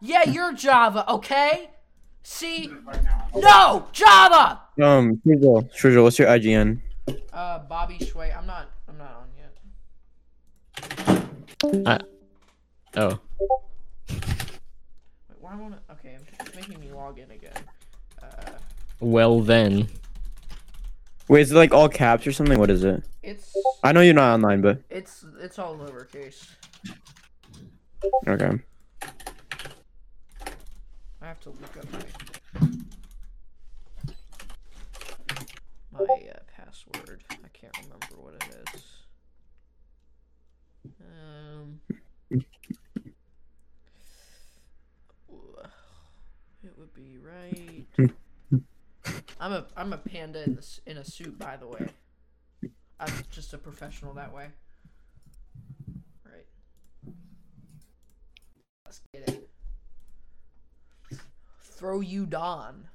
Yeah, you're Java, okay? See? No! Java! Um, Shrizzle, Shrizzle, what's your IGN? Uh, Bobby Shway. I'm not, I'm not on yet. Oh. Wait, why won't it? Okay, it's making me log in again. Uh, Well then. Wait, is it like all caps or something? What is it? it's, I know you're not online, but it's, it's all lowercase. okay. I have to look up my my uh, password. I can't remember what it is. Um, it would be right. I'm a I'm a panda in this in a suit, by the way. I'm just a professional that way. Right. Let's get it. Throw you Don.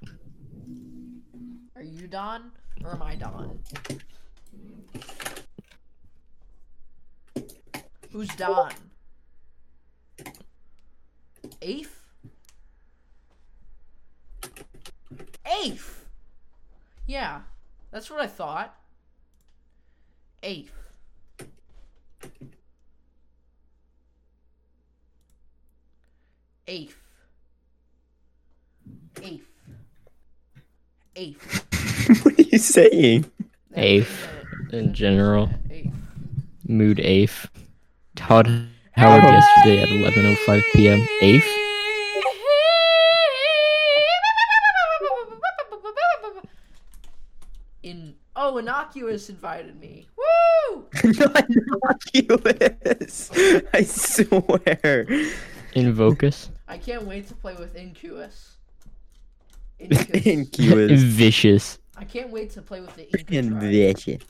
Are you Don? Or am I Don? Who's Don? Afe? Afe! Yeah, that's what I thought. Afe. Afe. Afe. Afe. what are you saying? Afe. In general. Afe. Mood AF. Todd Howard Oh. yesterday at 11.05 p.m. AF? In oh, innocuous invited me. Woo! not innocuous. I swear. Invocus? I can't wait to play with Incuus. Incus. Innocuous. Vicious. I can't wait to play with the Inca tribe. Invitation.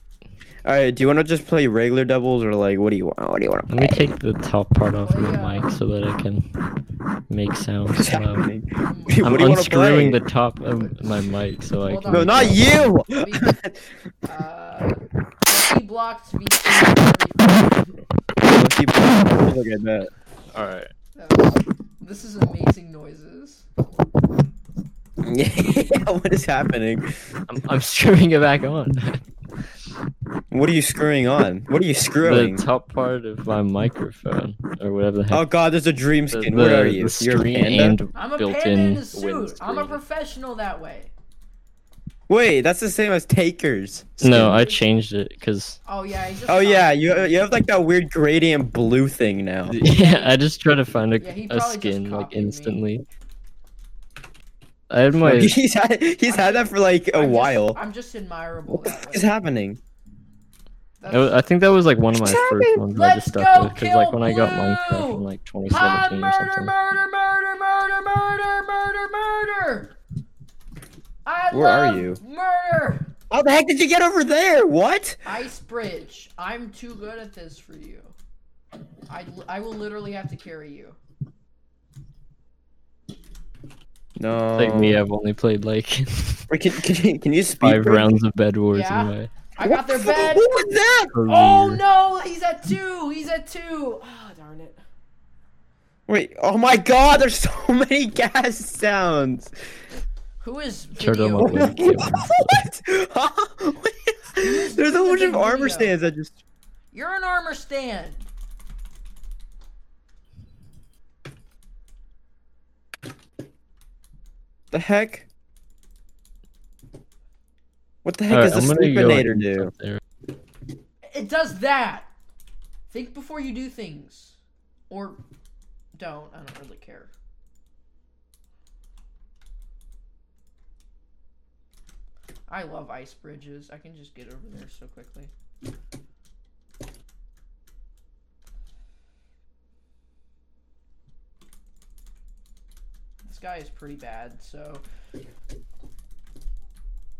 All right. Do you want to just play regular doubles or like what do you want? What do you want to Let me play? take the top part off my mic so that I can make sounds What's loud. happening? um, I'm What do you wanna unscrewing play? the top of my mic so I Hold can. on. No, not you. Uh, he blocked VC. Let's keep- Look at that. Alright. This is amazing noises. Yeah, what is happening? I'm, I'm screwing it back on. What are you screwing on? What are you the screwing? top part of my microphone, or whatever the heck. Oh god, there's a dream the, skin. Where the- are the you? You're a screen panda? and I'm a built panda in, in a suit. I'm a windscreen. professional that way. Wait, that's the same as takers. No, I skin. changed it because Oh yeah. I just Oh saw- yeah, you you have like that weird gradient blue thing now. yeah, I just tried to find a, Yeah, he a probably just skin like copied me. instantly. I had my He's had he's had that for like a I'm just- while. I'm just admirable that What is way. happening? Oh, I wa- I think that was like one of my first ones that I just Let's stuck go with because like kill when I got Blue! Minecraft in like Pod 2017 or murder, something. murder, murder, murder, murder, murder, murder. I Where are love you? Murder. How the heck did you get over there? What? Ice bridge. I'm too good at this for you. I, I will literally have to carry you. No. Like me, I've only played like Wait, Can, can, you- can you speak? five rounds of Bed Wars Yeah. in my I got their bed. What was that? career. Oh no, he's at two. He's at two. Ah, darn it. Wait. Oh my God! There's so many gas sounds. Who is Turned on video? my what? Wait, wait, wait. Huh? There's a whole bunch of armor Video. stands that just. You're an armor stand. The heck? What the heck Alright, does I'm the gonna go Sleepinator and- do? There. It does that. Think before you do things, or don't. I don't really care. I love ice bridges. I can just get over there so quickly. This guy is pretty bad, so.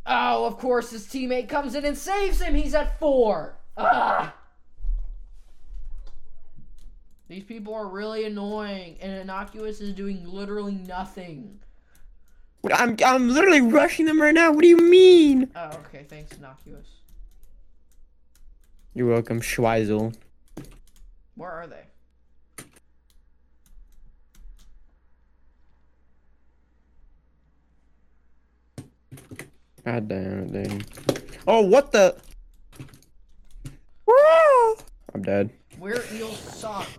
Oh, of course, his teammate comes in and saves him. He's at four. Ah! These people are really annoying, and Innocuous is doing literally nothing. I'm I'm literally rushing them right now. What do you mean? Oh, okay. Thanks, Innocuous. You're welcome, Schweisel. Where are they? God damn it, dude. Oh, what the? Woo! I'm dead. Where eels sucked.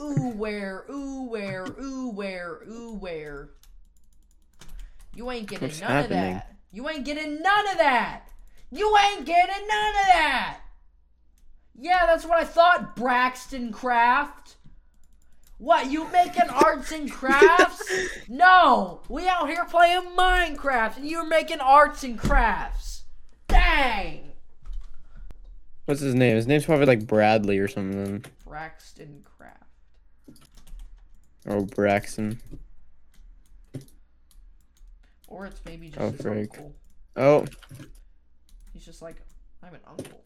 Ooh where, ooh where, ooh where, ooh where. You ain't getting What's none happening? of that. You ain't getting none of that. You ain't getting none of that. Yeah, that's what I thought, Braxton Craft. What, you making arts and crafts? no, we out here playing Minecraft and you're making arts and crafts. Dang. What's his name? His name's probably like Bradley or something. Braxton Craft. Or Oh, Braxton. Or it's maybe just Oh, his frick. uncle. Oh, He's just like, I'm an uncle.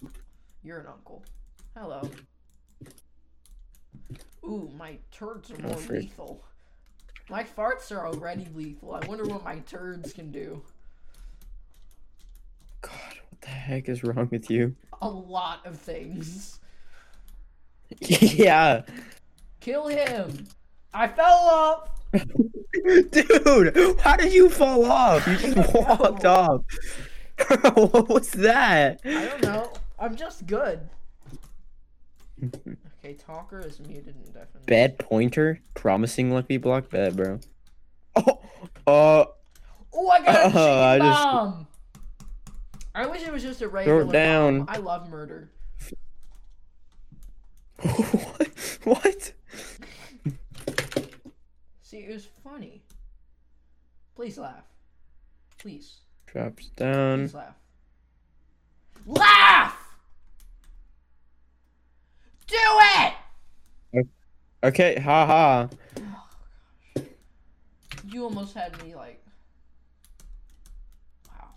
You're an uncle. Hello. Ooh, my turds are more Oh, frick. lethal. My farts are already lethal. I wonder what my turds can do. God, what the heck is wrong with you? A lot of things. yeah. Kill him. I fell off. Dude, how did you fall off? You just walked off. Bro, what was that? I don't know. I'm just good. Okay, Talker is muted indefinitely. Bad pointer? Promising lucky block? Bad, bro. Oh, uh, Oh, I got a chicken Oh, I just- bomb. I wish it was just a regular bomb. down. I love murder. what? What? See, it was funny. Please laugh. Please. Drops down. Please laugh. Laugh! Do it! Okay, haha. You almost had me like. Wow.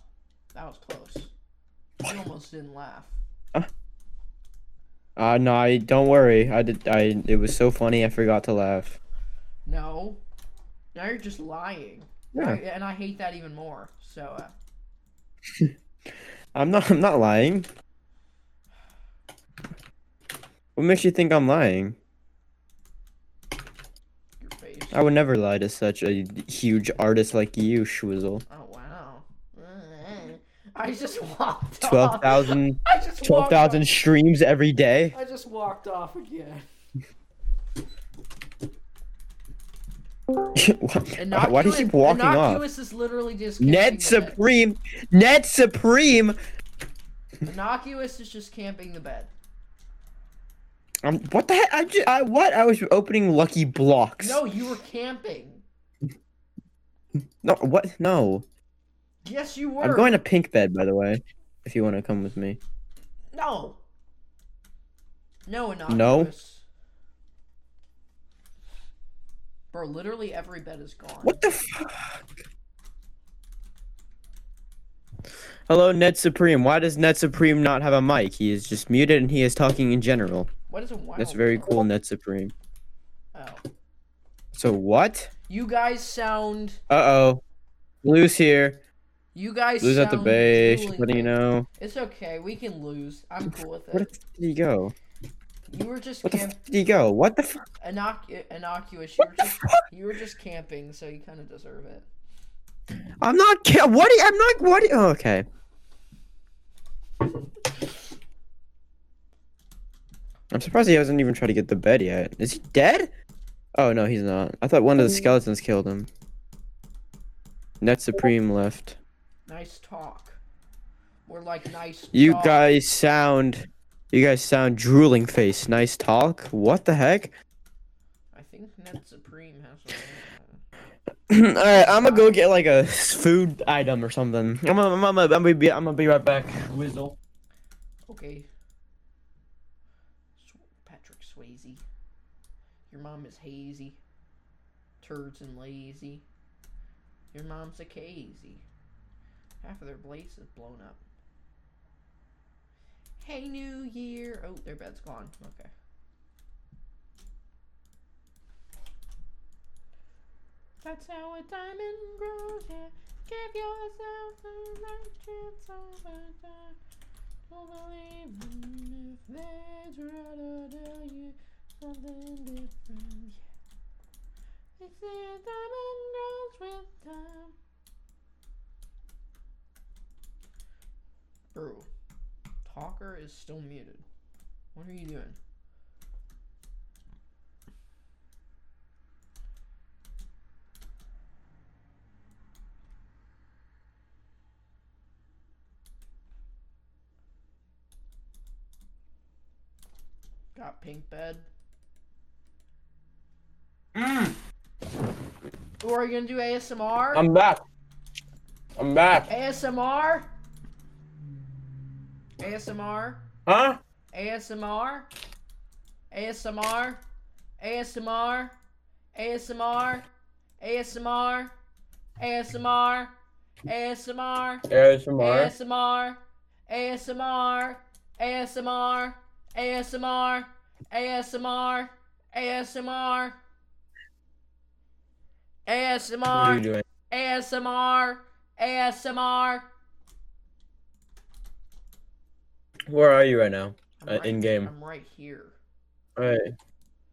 That was close. You almost didn't laugh. Uh, no, I, don't worry. I did. I. It was so funny. I forgot to laugh. No. Now you're just lying. Yeah. I- and I hate that even more. So, uh, I'm not. I'm not lying. What makes you think I'm lying? your face. I would never lie to such a huge artist like you, Schwizzle. Oh, wow. I just walked off. 12,000 I just walked off. 12,000 streams every day. I just walked off again. why, why do you keep walking off? Innocuous is literally just camping Ned the bed. Supreme. Ned Supreme. Innocuous is just camping the bed. Um, what the heck? I, ju- I what? I was opening lucky blocks. No, you were camping. No, what? No. Yes, you were. I'm going to pink bed, by the way. If you want to come with me. No. No, innocuous. No? Bro, literally every bed is gone. What the fuck? Hello, Ned Supreme. Why does Ned Supreme not have a mic? He is just muted and he is talking in general. What is a wild? That's very cool, Ned Supreme. Oh. So what? You guys sound. Uh oh. Blue's here. You guys Blue's sound at the base. truly What do you good. know? It's okay. We can lose. I'm cool with Where it. the f- did he go? You were just What the camp- f- did he go? What the fuck? innocu- innocuous. You were, just, you were just camping, so you kind of deserve it. I'm not. Ca- what? do you- I'm not. What? do you- oh, okay. I'm surprised he hasn't even tried to get the bed yet. Is he dead? Oh no, he's not. I thought one of the skeletons killed him. Net Supreme left. Nice talk. We're like nice. You talk. guys sound. You guys sound drooling face. Nice talk. What the heck? I think Ned Supreme has. one. All right, I'm gonna go get like a s- food item or something. I'm gonna, I'm gonna, I'm gonna be, I'm gonna be right back. Whizzle. Okay. Sw- Patrick Swayze. Your mom is hazy. Turds and lazy. Your mom's a casey. Half of their place is blown up. Hey, New Year! Oh, their bed's gone. Okay. That's how a diamond grows. Yeah. Give yourself the right chance of a di- don't believe in if they try to tell you something different. Yeah. They say a diamond grows with time. Bro, talker is still muted. What are you doing? Got pink bed. Ooh, Oh, are you gonna do ASMR? I'm back. I'm back. ASMR? ASMR? Huh? ASMR? ASMR? ASMR? ASMR? ASMR? ASMR? ASMR? ASMR. ASMR, ASMR, ASMR, ASMR, ASMR, What ASMR, are you ASMR, doing? Uh, ASMR, ASMR. Where are you right now? I'm Uh, right- in game. I'm right here. All right.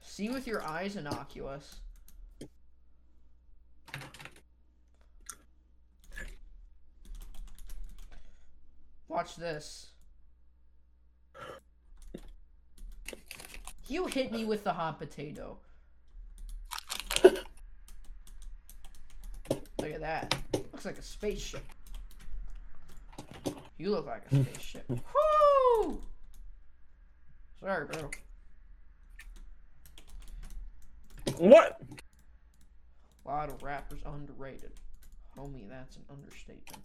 See with your eyes, innocuous. Watch this. You hit me with the hot potato. Look at that. Looks like a spaceship. You look like a spaceship. Whoo! Sorry, bro. What? A lot of rappers underrated. Homie, that's an understatement.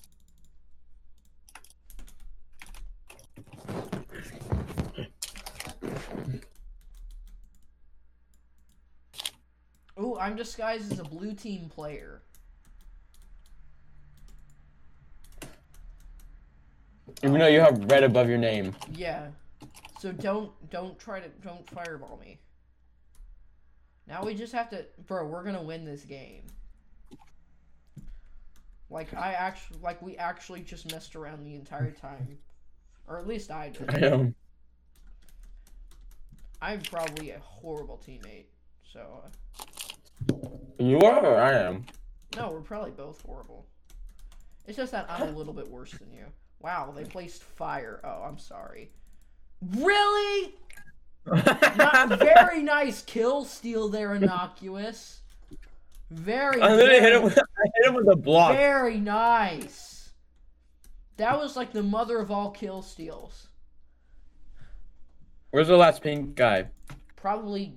Ooh, I'm disguised as a blue team player. Even though you have red above your name. Yeah. So don't don't try to don't fireball me. Now we just have to bro, we're gonna win this game. Like I actually like we actually just messed around the entire time. Or at least I I did. am. I'm probably a horrible teammate. So uh, You are or I am? no, we're probably both horrible. It's just that I'm a little bit worse than you. Wow, they placed fire. Oh, I'm sorry. Really? Not very nice kill steal there, innocuous. Very. I literally hit very, him with, I hit him with a block. very nice. That was like the mother of all kill steals. Where's the last pink guy? Probably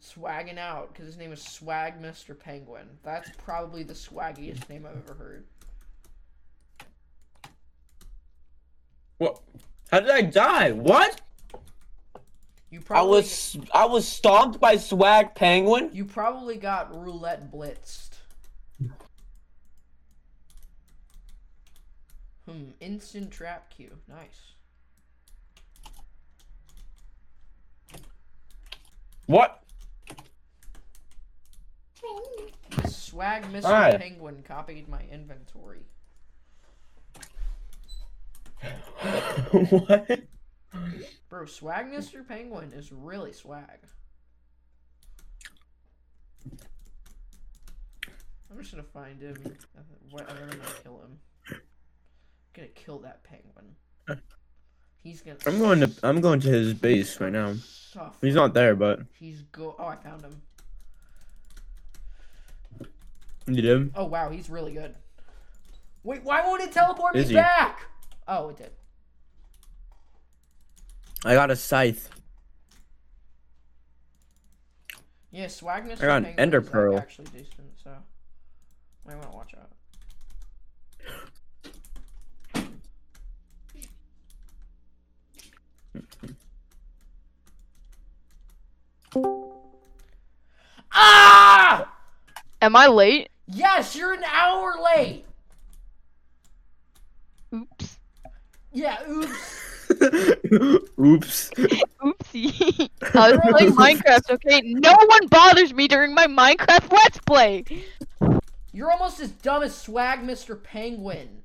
swagging out because his name is Swag Mister Penguin. That's probably the swaggiest name I've ever heard. What? How did I die? What? You I probably was I was stomped by Swag Penguin. you probably got roulette blitzed. Hmm, instant trap cue. Nice. What? Swag Mr. Alright. Penguin copied my inventory. what? Bro, Swag Mr. Penguin is really swag. I'm just gonna find him. Uh, What? I'm gonna kill him. gonna kill that penguin. He's gonna. I'm going to I'm going to his base right now. Suffer. He's not there, but He's go. Oh, I found him. you did. Oh wow, he's really good. Wait, why won't it teleport Is me he? back? Oh, it did. I got a scythe. Yeah, Swag Mr. I got an Penguin Ender is, like, Pearl. actually decent, so might want to watch out. ah! Am I late? Yes, you're an hour late. Oops. Yeah, oops. Oops. Oopsie. I was playing Minecraft, okay? No one bothers me during my Minecraft Let's Play! You're almost as dumb as Swag Mr. Penguin.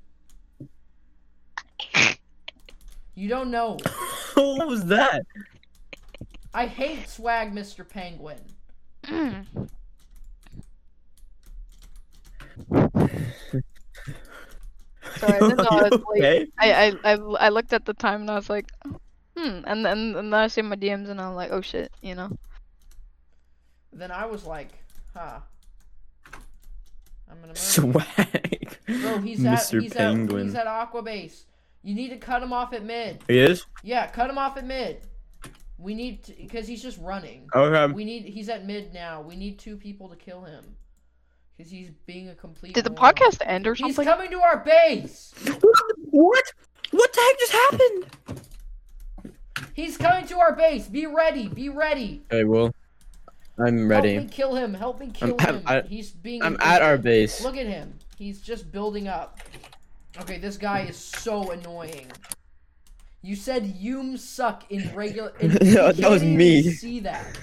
You don't know. what was that? I hate Swag Mr. Penguin. Mm. sorry. That's all I was like, Okay. I, I, I, I looked at the time and I was like, hmm. And then, and then I see my DMs and I'm like, oh shit, you know. Then I was like, huh. I'm gonna. Swag. Bro, he's Mr. at he's at Penguin. he's at Aqua Base. You need to cut him off at mid. He is? Yeah, cut him off at mid. We need because he's just running. Okay. Um, We need he's at mid now. We need two people to kill him because he's being a complete. Did the moron. podcast end or He's something? coming to our base. What? What the heck just happened? He's coming to our base. Be ready. Be ready. Okay, well, I'm Help ready. me kill him. Help me kill I'm- him. I- he's being. I'm at our base. Look at him. He's just building up. Okay, this guy is so annoying. You said "yum suck" in regular. in- No, you that can't was even me. See that?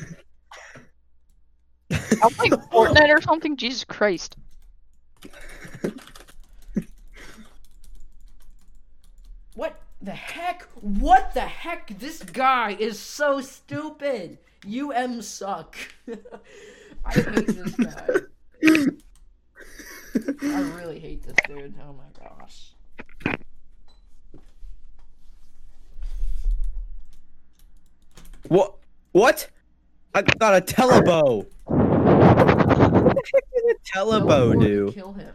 I'm playing Fortnite or something. Jesus Christ. What the heck? What the heck? This guy is so stupid. Um suck. I hate this guy. I really hate this dude. Oh my gosh. What? What? I got a telebo. What the heck did a telebo Teleport, do? Kill him.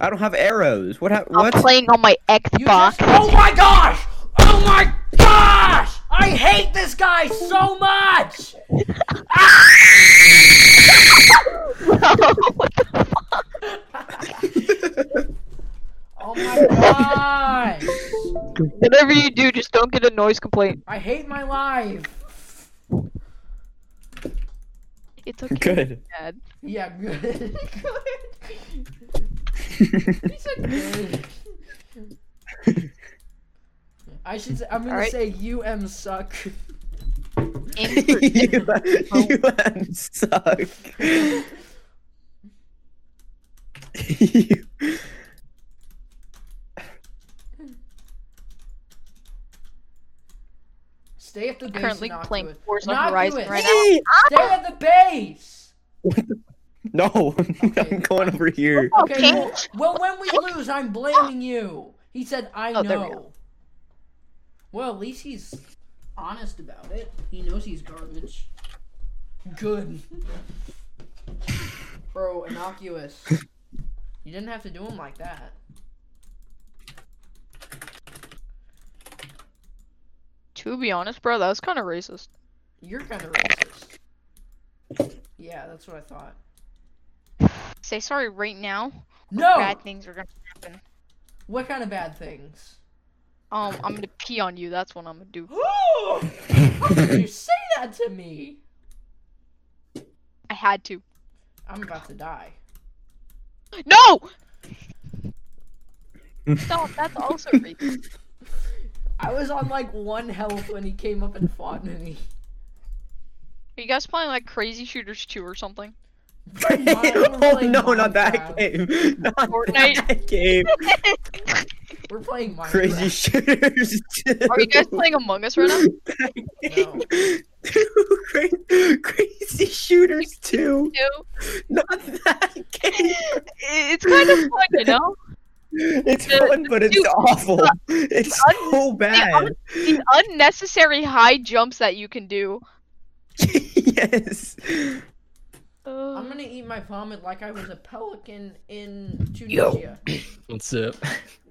I don't have arrows. What? hap I'm what? playing on my You Xbox. just- oh my gosh! Oh my gosh! I hate this guy so much! what the fuck? Oh my gosh! Whatever you do, just don't get a noise complaint. I hate my life. It's okay. Good. Dad. Yeah, good. good. He said good. I should say, I'm gonna Alright. say UM suck. you, you um, suck. You- Stay at the base. Currently and not playing do it. Forza Not do Horizon it. right now. Hey, Stay at the base! no, I'm going over here. Okay, Okay. well, well, when we lose, I'm blaming you. He said, I Oh, there we know. Well, at least he's honest about it. He knows he's garbage. Good. Bro, innocuous. You didn't have to do him like that. To be honest, bro, that was kind of racist. You're kind of racist. Yeah, that's what I thought. Say sorry right now. No! Bad things are gonna happen. What kind of bad things? Um, I'm gonna pee on you. That's what I'm gonna do. How did you say that to me? I had to. I'm about to die. No. Stop. That's also racist. I was on like one health when he came up and fought me. Are you guys playing like Crazy Shooters 2 or something? oh no, not that game. Not Fortnite. that game. We're playing Minecraft. Crazy shooters. Are you guys playing Among Us right now? No. Cra- crazy shooters too. Two. Not that game. It's kind of fun, you know. It's The- fun, but it's dude, awful. It's un- so bad. The unnecessary high jumps that you can do. yes. Uh, I'm gonna eat my vomit like I was a pelican in Tunisia. What's up?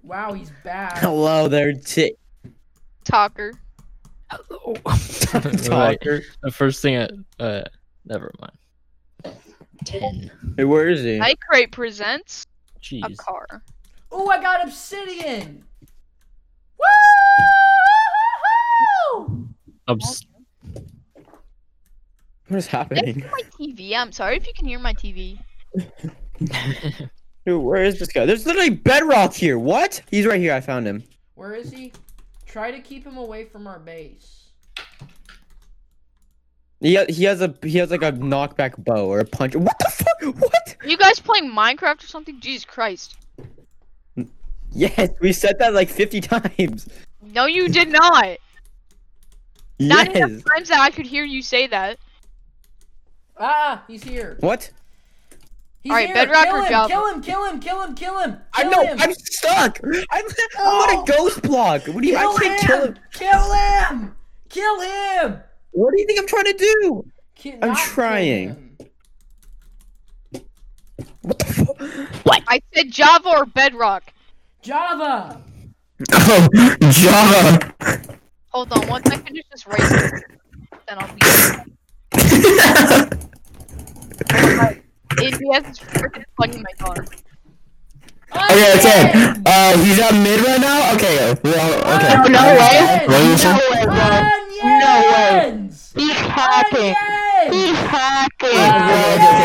Wow, he's bad. Hello there, tick talker. Hello. right. talker. The first thing I uh never mind. Ten. Hey, where is he? Night Crate presents a Jeez. car. Ooh, I got obsidian. Woo! Obs- What is happening? My TV. I'm sorry if you can hear my TV. Dude, where is this guy? There's literally bedrock here. What? He's right here. I found him. Where is he? Try to keep him away from our base. He ha- he has a he has like a knockback bow or a punch. What the fuck? What? You guys playing Minecraft or something? Jesus Christ. Yes, we said that like 50 times. No, you did not. Not yes. enough times that I could hear you say that. Ah, he's ah, here. What? He's All right, here. Bedrock kill or him, Java? Kill him, kill him, kill him, kill him. I kill know. him. I'm stuck. I'm, I'm on No. a ghost block. What do you? kill I can't kill him. Kill him! Kill him! What do you think I'm trying to do? Ki- I'm not kill trying. him. What the fuck? I said Java or Bedrock. Java! Oh, Java. Hold on, once I finish this race, then I'll be. If he has his freaking plug in my car. Okay, that's it. Uh, he's up mid right now. Okay, well, okay. No, no way. What did you say? Onions! He's hacking. Onions! Okay, hacking. okay,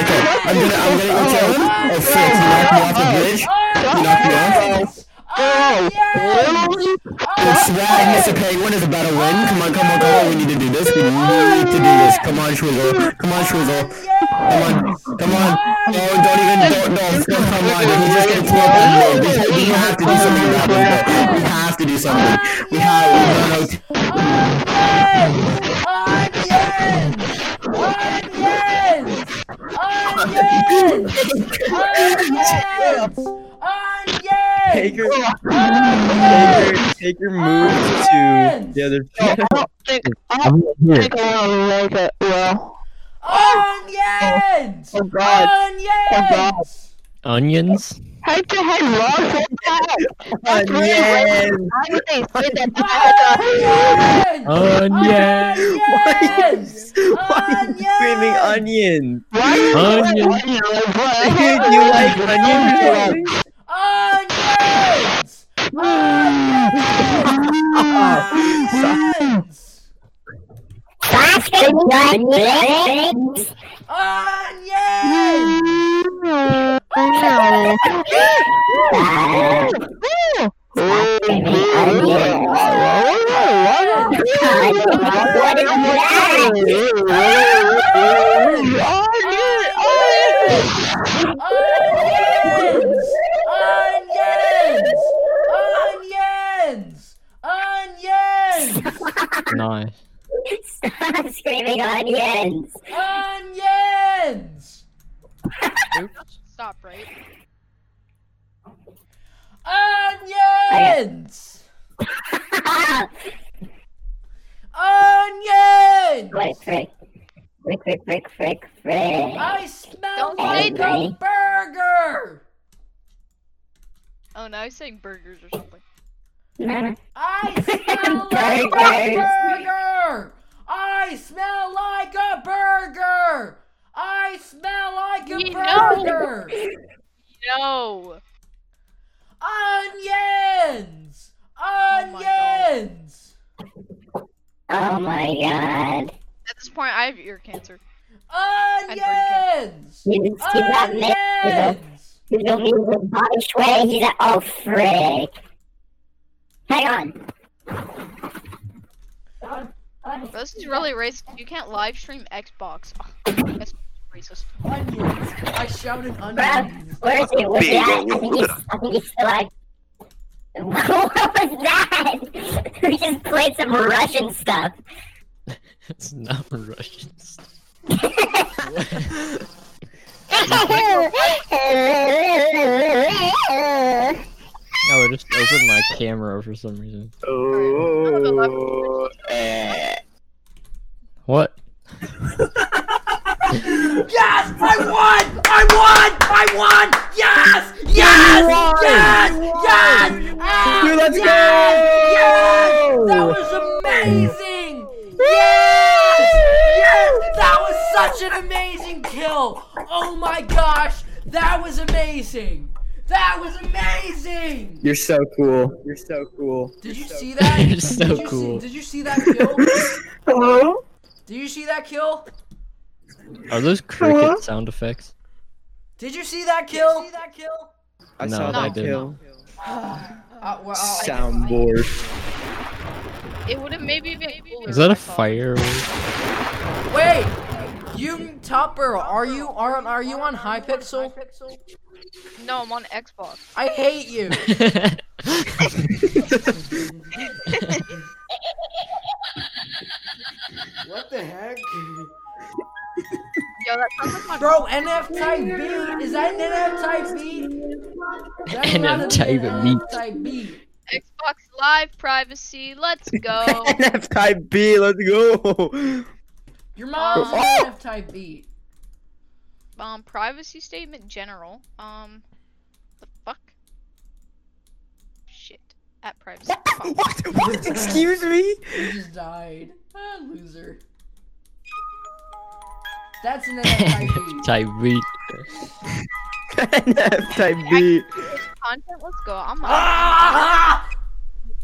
okay. I'm gonna, I'm gonna kill him. Oh shit! He knocked me off the bridge. Onions! Onions! The swag Mr. Penguin is about to win. Come on, come on, come on. We need to do this. We need to do this. Come on, Shrizzle. Come on, Shrizzle. Come Onions! on, come on. No, don't even, don't, don't, don't come on. He's just gonna throw up in the middle. We, we have to do something about this. though. We have to do something. We have, we don't know. Onions! Onions! Onions! Onions! Take Onions! your, take Onions! your, take your move to the other. I'm not here. Onions! Oh God. Onions! Onions? Head to head loss one time. That's really Yes. rare. How did they say that? Onions! Onions! Onions! Why are you screaming onion? Why Onion. do you like Dude, you like onion? Onions! Onions! Onions! Oh. Onions! Onions! Onions! Onions! Nice. Stop screaming onions! Onions! Stop, right? Onions! what Onions! a frick. Frick, frick, frick, frick, frick. I smell Don't say like a that. burger! Oh, now he's saying burgers or something. Mama, I smell like a burger! I smell like a burger! I smell like a You know. burger! No! Onions! Oh my Onions! Oh my god. At this point, I have ear cancer. burn Onions! You just keep that mix. Onions! You don't mean the body sway. He's a. Oh, frick. Hang on. This is really racist. You can't live stream Xbox. That's racist. Onions! I shouted onions! Bruh, where is he? Where's he at? I think he's, I think he's still alive. what was that? we just played some Russian stuff. It's not Russians. No, I just opened my camera for some reason. Oh, What? Yes! I won! I won! I won! Yes! Yes! won! Yes! You won! Yes! Ah, Dude, let's yes! Yes! go! That was amazing! Yes! Yes! That was such an amazing kill! Oh my gosh! That was amazing! That was amazing! You're so cool. You're so cool. Did you see that? You're so did you cool. See, did you see that kill? Hello? Did you see that kill? Are those cricket sound effects? Did you see that kill? see that kill? I No, saw I that didn't. kill. Uh, well, Oh, I- Soundboard. It would have maybe been cooler Is that if I a saw it. firework? Wait, you Topper, are you are are you on Hypixel? No, I'm on Xbox. I hate you. What the heck? Yo, Yo, that sounds like Bro, NF type B. Is that an NF type B? That's not NF an type NF B. type B. Xbox Live privacy. Let's go. NF type B, let's go. Your mom's an Oh. NF type B. um, privacy statement general. Um, the fuck. Shit. At privacy. Fuck. What? What? Excuse me? He just died. Ah, loser. That's an NF type B. Type B. NF type B. Content. Let's go. I'm. Ah!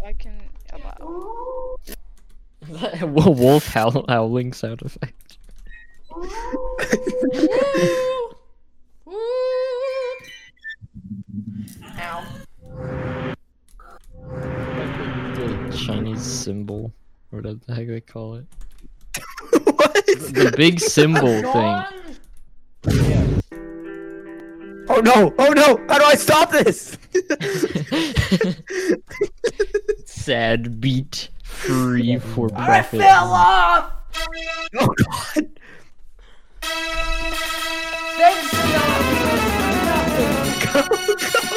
I can. allow. Wolf howl- howling sound effect. Woo! Ow. The Chinese symbol. Or whatever the heck they call it. what? The big symbol thing. Gone? Oh no! Oh no! How do I stop this? Sad beat. Free for I profit. fell off! oh god! Thanks, y'all. Nothing.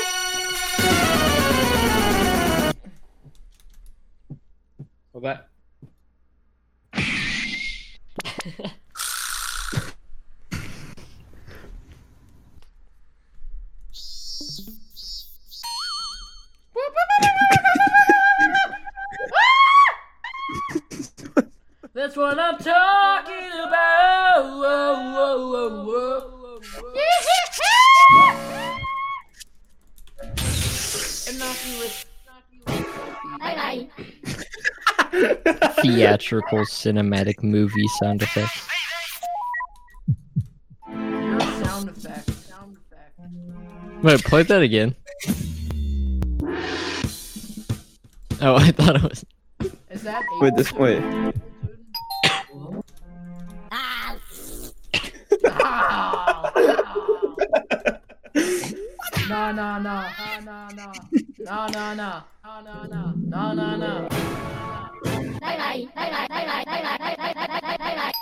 Well, that. That's what I'm talking about. Whoa, whoa, whoa, whoa. Enough with. Bye bye. Theatrical cinematic movie sound effects. Your sound effect. Sound effect. Wait, play that again. Oh, I thought it was. Is that Wait, this wait. Ah, No, no, no, no, no, no, no, no, no, no, no, no, no. bye bye. Bye bye. Bye bye. Bye bye. Bye bye. Bye bye. Bye bye.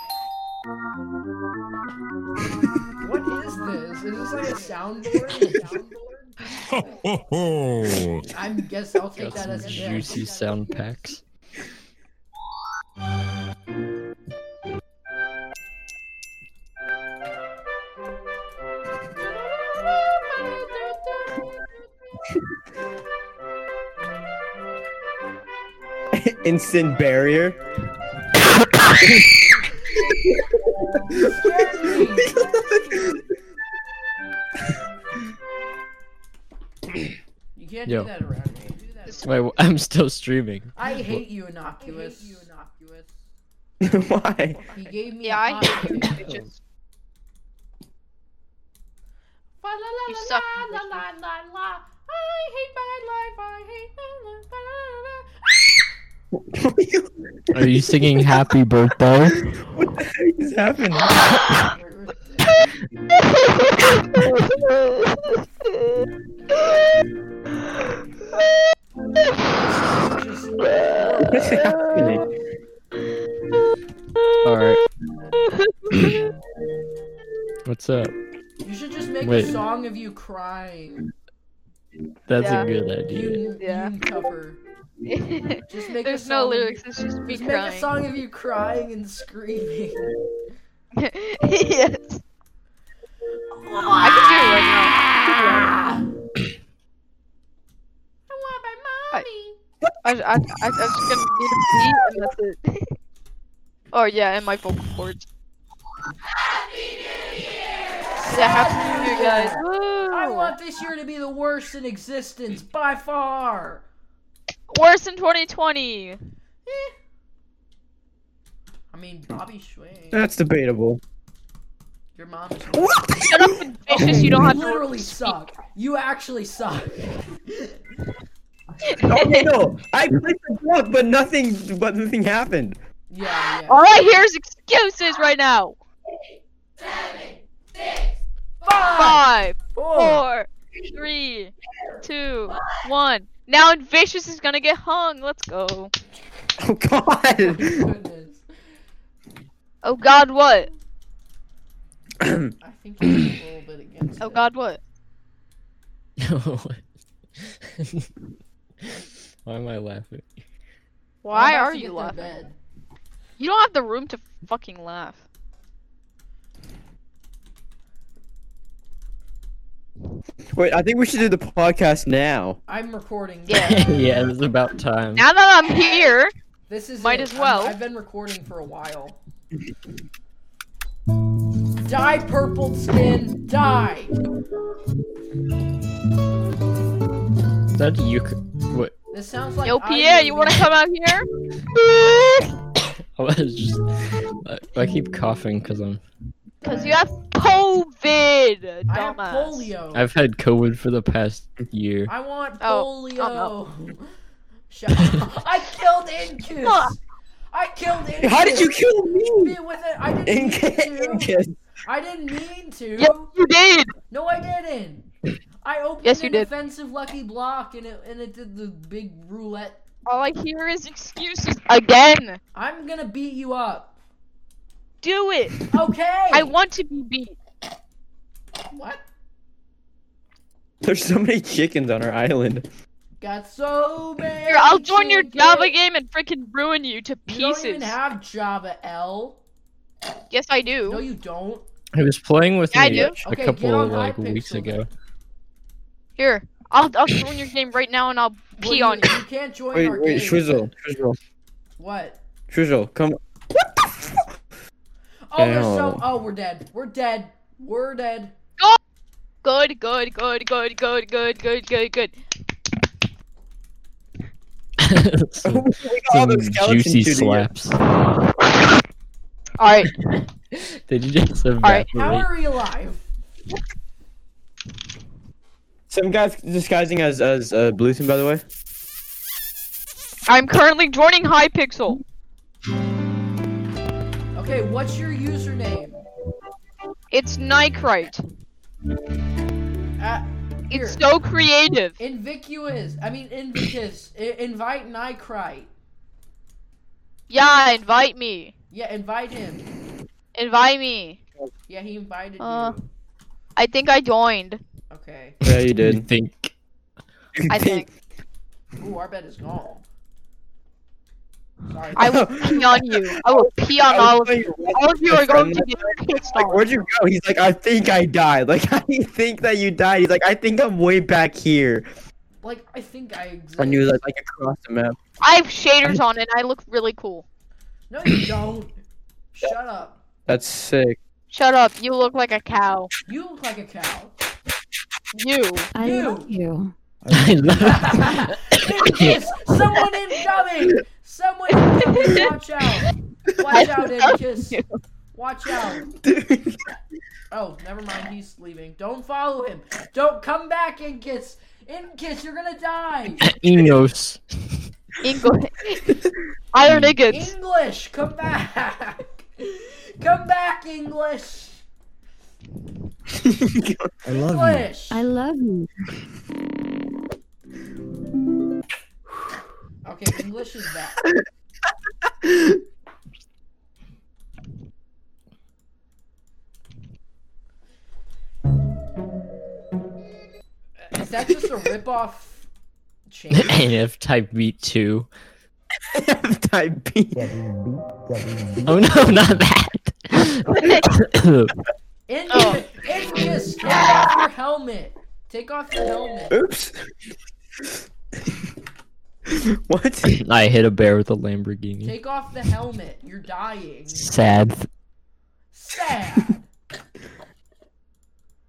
What is this? Is this like a soundboard? A soundboard? I guess I'll take Got that some as a yes. juicy sound packs. Instant barrier. Scared me. You can't Yo. do that around me. Do that around- Wait, wh- I'm still streaming. I hate you, innocuous. you, innocuous. Why? He gave me. Yeah, a I hot hate you. tip. Bitches. Fa la la You la suck, la bitch. la la la. I hate my life. I hate my life. Ba la la la. Are you singing Happy Birthday? what the heck is happening? What's happening? Alright. What's up? You should just make Wait. a song of you crying. That's Yeah. a good idea. You, Yeah. you cover. Just make a There's song no of you- lyrics. It's just me Just make um, a crying. song of you crying and screaming. yes. I can do it right now. I want my I- mommy. I, I, I, I'm just gonna need a beat and that's it. oh yeah, and my vocal cords. Yeah, happy new year, guys. Woo! I want this year to be the worst in existence by far. Worse than 2020. I mean, Bobby Schwing. That's debatable. Your mom is Shut up, and bitches. You don't have to. literally suck. You actually suck. Oh no! I played the block, but nothing, but nothing happened. Yeah, yeah. All I hear is excuses right now. Five, Five, four. four, three, two, one. Now Vicious is gonna get hung. Let's go. Oh god! Goodness. Oh God, what? I think you're a little bit against. Oh it. god, what? Why am I laughing? Why I'm about are to get you their laughing? bed. You don't have the room to fucking laugh. Wait, I think we should do the podcast now. I'm recording. Yeah. yeah, it's about time. Now that I'm here, This is Might it. as well. I'm- I've been recording for a while. die, purple skin, die. Is that you? What? This sounds like. yo, I Pierre, Will you Be- wanna come out here? I was just. I, I keep coughing because I'm. Because you have COVID, I have dumbass. polio. I've had COVID for the past year. I want Oh, polio. oh, Shut up. I killed Incus. I killed Incus. How did you kill me? me with it? I didn't In- mean in to. case- I didn't mean to. Yep, you did. No, I didn't. I opened Yes, you an did. offensive lucky block and it and it did the big roulette. All I hear is excuses. Again. I'm gonna beat you up. Do it. Okay. I want to be beat. what? There's so many chickens on our island. Got so many. Here, I'll join your chickens. Java game and freaking ruin you to You don't even pieces. have Java L. Yes, I No, do. you don't. I was playing with Yeah, I me do. a Okay, get couple on of like Hypixel weeks then. ago. Here, I'll I'll join your game right now and I'll Well, pee you, on you. You can't join Wait, our wait, game. Shrizzle, Shrizzle, What? Shrizzle, come. Oh, we're so. Ow. Oh, we're dead. We're dead. We're dead. Good, good, good, good, good, good, good, good, good. some We got all those some skeletons juicy shooting at- slaps. Alright, Did you just right, evaporate? How are we alive? Some guys disguising as as uh, Bluetooth, by the way. I'm currently joining Hypixel. Okay, what's your username? It's Nykrite. Uh, here. It's so creative. Invictus. I mean, Invictus. I- invite Nykrite. Yeah, invite me. Yeah, invite him. Invite me. Yeah, he invited Uh. you. I think I joined. Okay. Yeah, you you did. think? I think Ooh, our bed is gone. Sorry. I will pee on you. I will pee on all of you. All of you are going to get pissed Like, off. where'd you go? He's like, I think I died. Like, how do you think that you died? He's like, I think I'm way back here. like, I think I exist. And you was like, like across the map. I have shaders on and I look really cool. No, you don't. Shut up. That's sick. Shut up. You look like a cow. You look like a cow. You. I You. love you. I love- Invictus! Someone incoming! Someone incoming! Watch out! Watch out, Invictus! Watch out! Dude. Oh, never mind. He's leaving. Don't follow him. Don't come back, Inkis. Inkis, you're gonna die. Enos. English. Iron Iggins. English, come back. come back, English. I love you. English. I love you. Okay, English is back. Is that just a ripoff? Chain? and if type beat two. Type B. Oh no, not that. In Oh. Ignis, take off your helmet. Take off your helmet. Oops. what? I hit a bear with a Lamborghini. Take off the helmet. You're dying. Sad. Sad.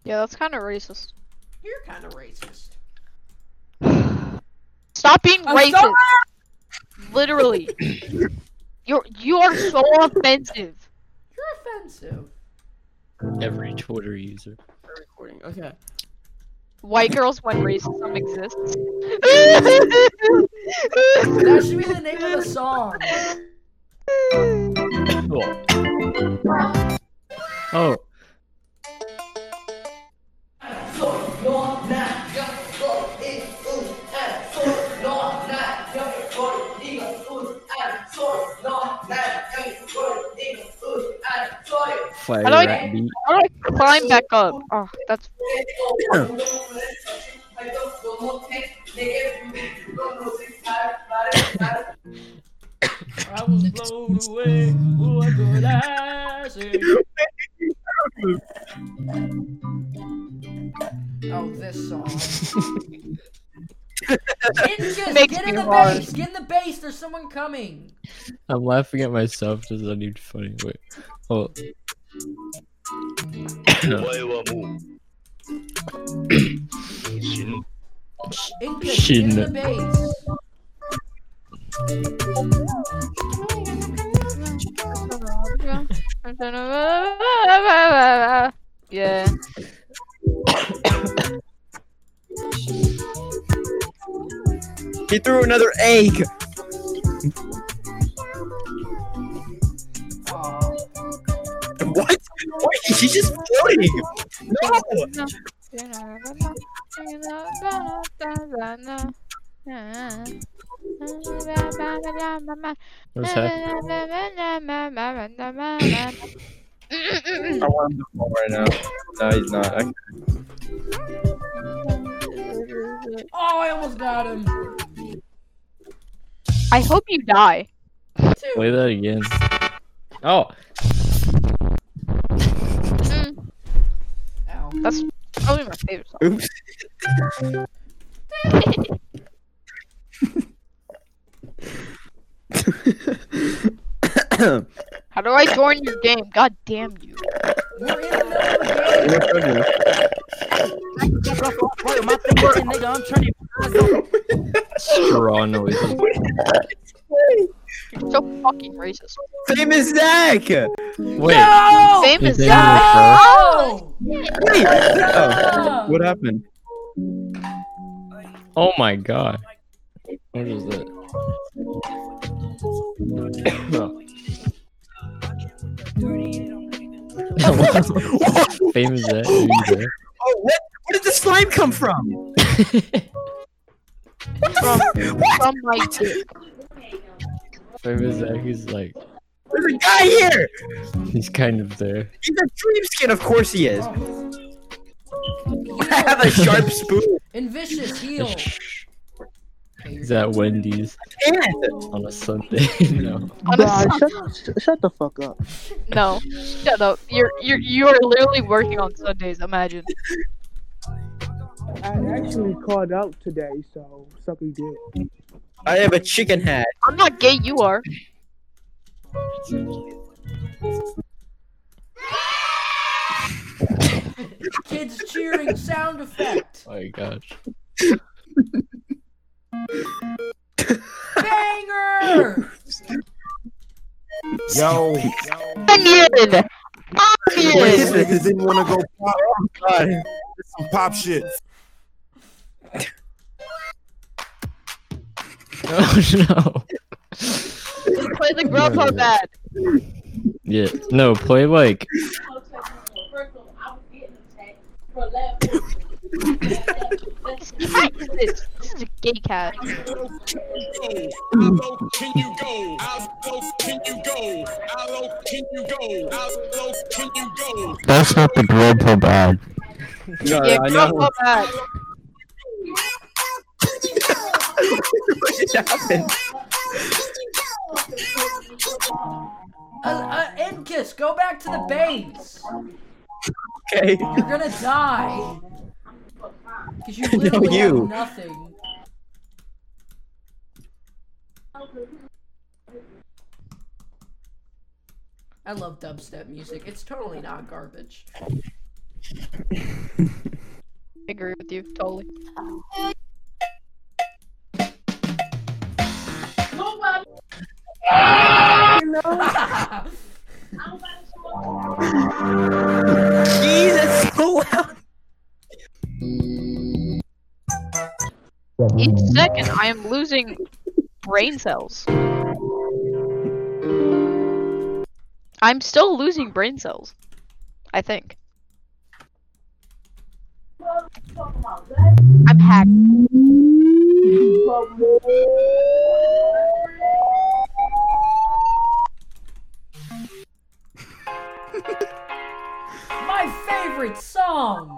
Yeah, that's kind of racist. You're kind of racist. Stop being I'm racist. sorry. Literally. You're you are so offensive. You're offensive. Every Twitter user. Okay. White girls when racism exists. That should be the name of the song. Cool. Oh. Flag How do I rat beat. How do I climb back up? Oh, that's I was blown away. What could I say? Oh, this song. Ninjas, Makes get in me the hard. base! Get in the base! There's someone coming! I'm laughing at myself. Does that even funny? Wait. Oh. Inca, Shin. get in the base! yeah. He threw another egg. Aw. What? Wait, she's just floating. No. What's Eh. happening? I want him to fall right now. No, he's not. I- Oh, I almost got him! I hope you die. Two. Play that again. Oh. Ow. Mm, That's probably my favorite song. Oops. How do I join your game? God damn you. We're in the middle of a game! Straw noises. You're so fucking racist. Famous Zach. Wait. Wait. No! Same as Is that. No! Oh, what happened? Oh my god. What is that? what famous that? Are you there? Oh, what? Where did the slime come from? From my dick. Famous Zach is like There's a guy here. he's kind of there. He's a dream skin. Of course he is. I have a sharp spoon. And vicious heal. He's at Wendy's And on a Sunday. no. Honestly, shut, shut the fuck up. No. Shut up. You're you're you're literally working on Sundays, imagine. I actually called out today, so suck your dick. I have a chicken hat. I'm not gay, you are. Kids cheering sound effect. Oh my gosh. Banger! Yo, Onion! what Onion! is this? He didn't want to go pop. Oh, God. This is some pop shit. Oh no. Just play the Grubhub ad. Yeah. No, play like What is this? This is a gay cat. Can you go? How low can you go? How low can you go? How low can you go? That's not the Grubhub ad. No, Yeah, I know. Grubhub ad. what just happened? Uh, uh, end kiss, go back to the base. Okay. You're gonna die. Because you literally you. have nothing. I love dubstep music. It's totally not garbage. I agree with you, totally. Jesus. So loud. Each second, I am losing brain cells. I'm still losing brain cells. I think. I'm hacked. song.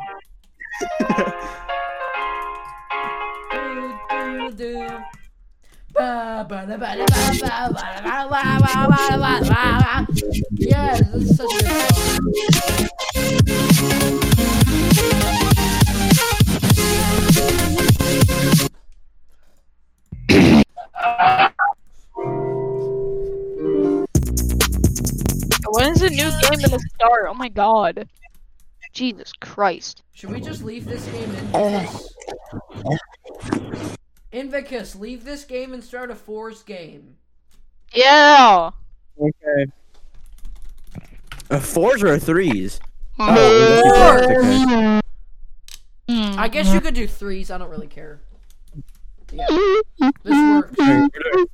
do, do, do. Ba, ba, da, ba, da, ba, ba, ba, da, ba, ba, ba, ba, ba, ba, ba. Yes, this is such a good song. When is the new game gonna start? Oh my god. Jesus Christ. Should we just leave this game Invicus? Invicus, leave this game and start a Force game. Yeah. Okay. A fours or a threes? Oh, Fours! okay. hmm. I guess you could do threes. I don't really care. Yeah. This works.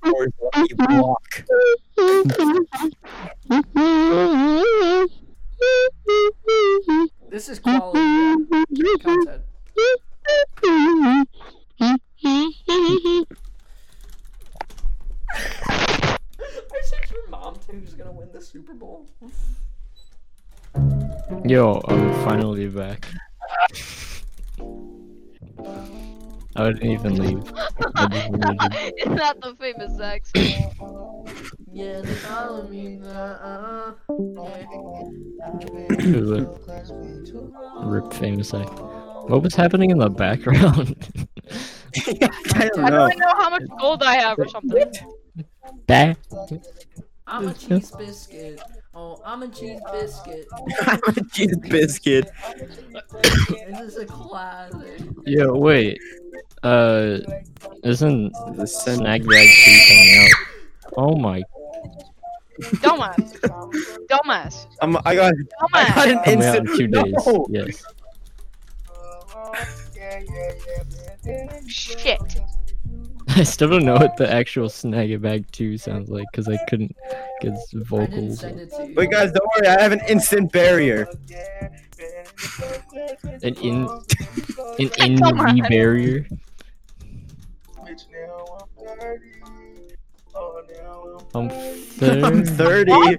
Fours, lucky block. This is quality yeah, content. I said your mom too is gonna win the Super Bowl. Yo, I'm finally back. I didn't even leave. I just wanted to- It's not the famous Zach. Yeah, follow me uh-uh. now. Rip famous Zach. What was happening in the background? I don't I know. don't know how much gold I have or something. Back. I'm a cheese biscuit. Oh, I'm a cheese biscuit. I'm a cheese biscuit. This is a classic. Yo, wait. Uh, isn't The sen- Snag Rag 2 coming out? Oh my. Dumbass. Dumbass. I'm, I got. I got an Dumbass. Coming out in instant. two days. No! Yes. Shit. I still don't know what the actual Snag It Bag 2 sounds like because I couldn't get his I didn't vocals. send it to you. Wait, guys, don't worry. I have an instant barrier. An in. An in Oh Come on. barrier. I'm third. I'm 30.